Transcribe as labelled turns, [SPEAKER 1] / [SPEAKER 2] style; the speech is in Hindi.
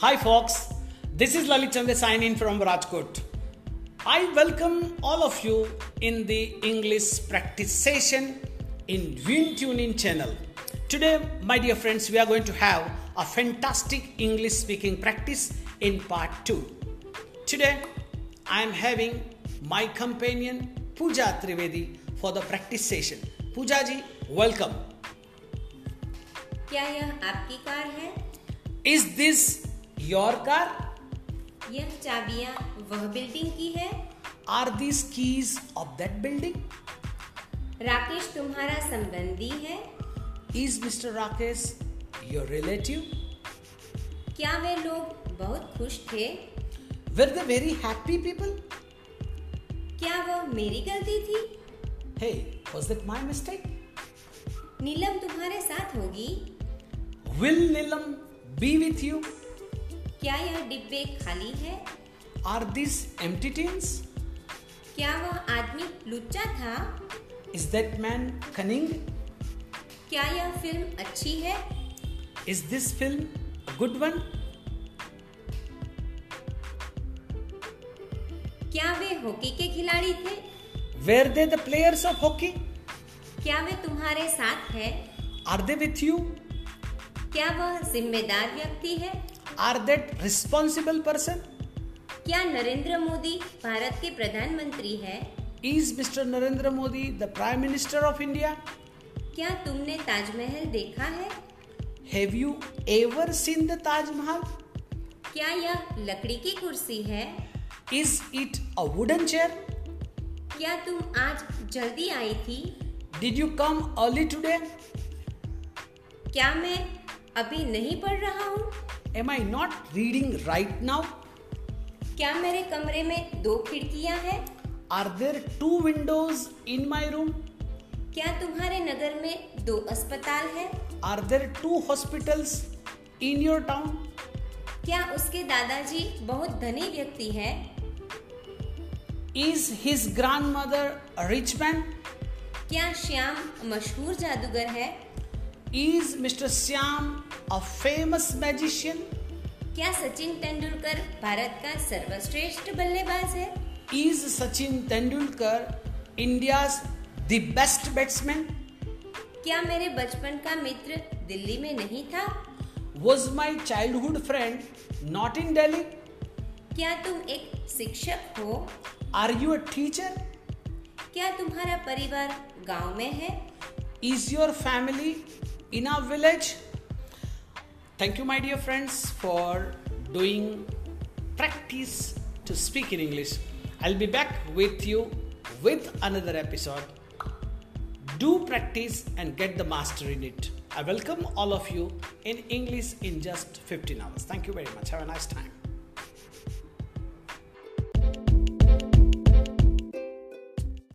[SPEAKER 1] Hi, folks. This is Lalit Chandra signing in from Rajkot. I welcome all of you in the English practice session in Win Tuning channel. Today, my dear friends, we are going to have a fantastic English speaking practice in part 2. Today, I am having my companion Pooja Trivedi for the practice session. Pooja ji, welcome.
[SPEAKER 2] क्या यह आपकी कार है
[SPEAKER 1] Is this your car?
[SPEAKER 2] यह चाबियां वह बिल्डिंग की है
[SPEAKER 1] Are these keys of that building?
[SPEAKER 2] Rakesh तुम्हारा संबंधी है
[SPEAKER 1] Is Mr. Rakesh your relative?
[SPEAKER 2] क्या वे लोग बहुत खुश थे
[SPEAKER 1] Were they very happy people?
[SPEAKER 2] क्या वह मेरी गलती थी
[SPEAKER 1] Hey, was that my mistake?
[SPEAKER 2] नीलम तुम्हारे साथ होगी
[SPEAKER 1] Will Nilam be with you?
[SPEAKER 2] क्या यह डिब्बे खाली है
[SPEAKER 1] Are these empty tins?
[SPEAKER 2] क्या वह आदमी लुच्चा था
[SPEAKER 1] Is that man cunning?
[SPEAKER 2] क्या यह फिल्म अच्छी है
[SPEAKER 1] Is this film a good one?
[SPEAKER 2] क्या वे हॉकी के खिलाड़ी थे
[SPEAKER 1] Were they the players of hockey?
[SPEAKER 2] क्या वे तुम्हारे साथ है
[SPEAKER 1] Are they with you?
[SPEAKER 2] क्या वह जिम्मेदार व्यक्ति है
[SPEAKER 1] Are that responsible person?
[SPEAKER 2] क्या नरेंद्र मोदी भारत के प्रधानमंत्री है
[SPEAKER 1] Is Mr. Narendra Modi the Prime Minister of India?
[SPEAKER 2] क्या तुमने ताजमहल देखा है
[SPEAKER 1] Have you ever seen the Taj Mahal?
[SPEAKER 2] क्या यह लकड़ी की कुर्सी है
[SPEAKER 1] Is it a wooden chair?
[SPEAKER 2] क्या तुम आज जल्दी आई थी
[SPEAKER 1] Did you come early today?
[SPEAKER 2] क्या मैं अभी नहीं पढ़ रहा हूँ
[SPEAKER 1] Am I not reading right now?
[SPEAKER 2] क्या मेरे कमरे में दो खिड़कियाँ हैं
[SPEAKER 1] Are there two windows in my room?
[SPEAKER 2] क्या तुम्हारे नगर में दो अस्पताल है
[SPEAKER 1] Are there two hospitals in your town?
[SPEAKER 2] क्या उसके दादाजी बहुत धनी व्यक्ति है
[SPEAKER 1] Is his grandmother a rich man?
[SPEAKER 2] क्या श्याम मशहूर जादूगर है
[SPEAKER 1] Is Mr. Siam a famous magician?
[SPEAKER 2] क्या सचिन तेंदुलकर भारत का सर्वश्रेष्ठ बल्लेबाज है
[SPEAKER 1] Is Sachin Tendulkar India's the best batsman?
[SPEAKER 2] क्या मेरे बचपन का मित्र दिल्ली में नहीं था
[SPEAKER 1] Was my childhood friend not in Delhi?
[SPEAKER 2] क्या तुम एक शिक्षक हो
[SPEAKER 1] Are you a teacher?
[SPEAKER 2] क्या तुम्हारा परिवार गांव में है
[SPEAKER 1] Is your family in a village? Thank you, my dear friends, for doing practice to speak in English. I'll be back with you with another episode. Do practice and get the master in it. I welcome all of you in English in just 15 hours. Thank you very much. Have a nice time.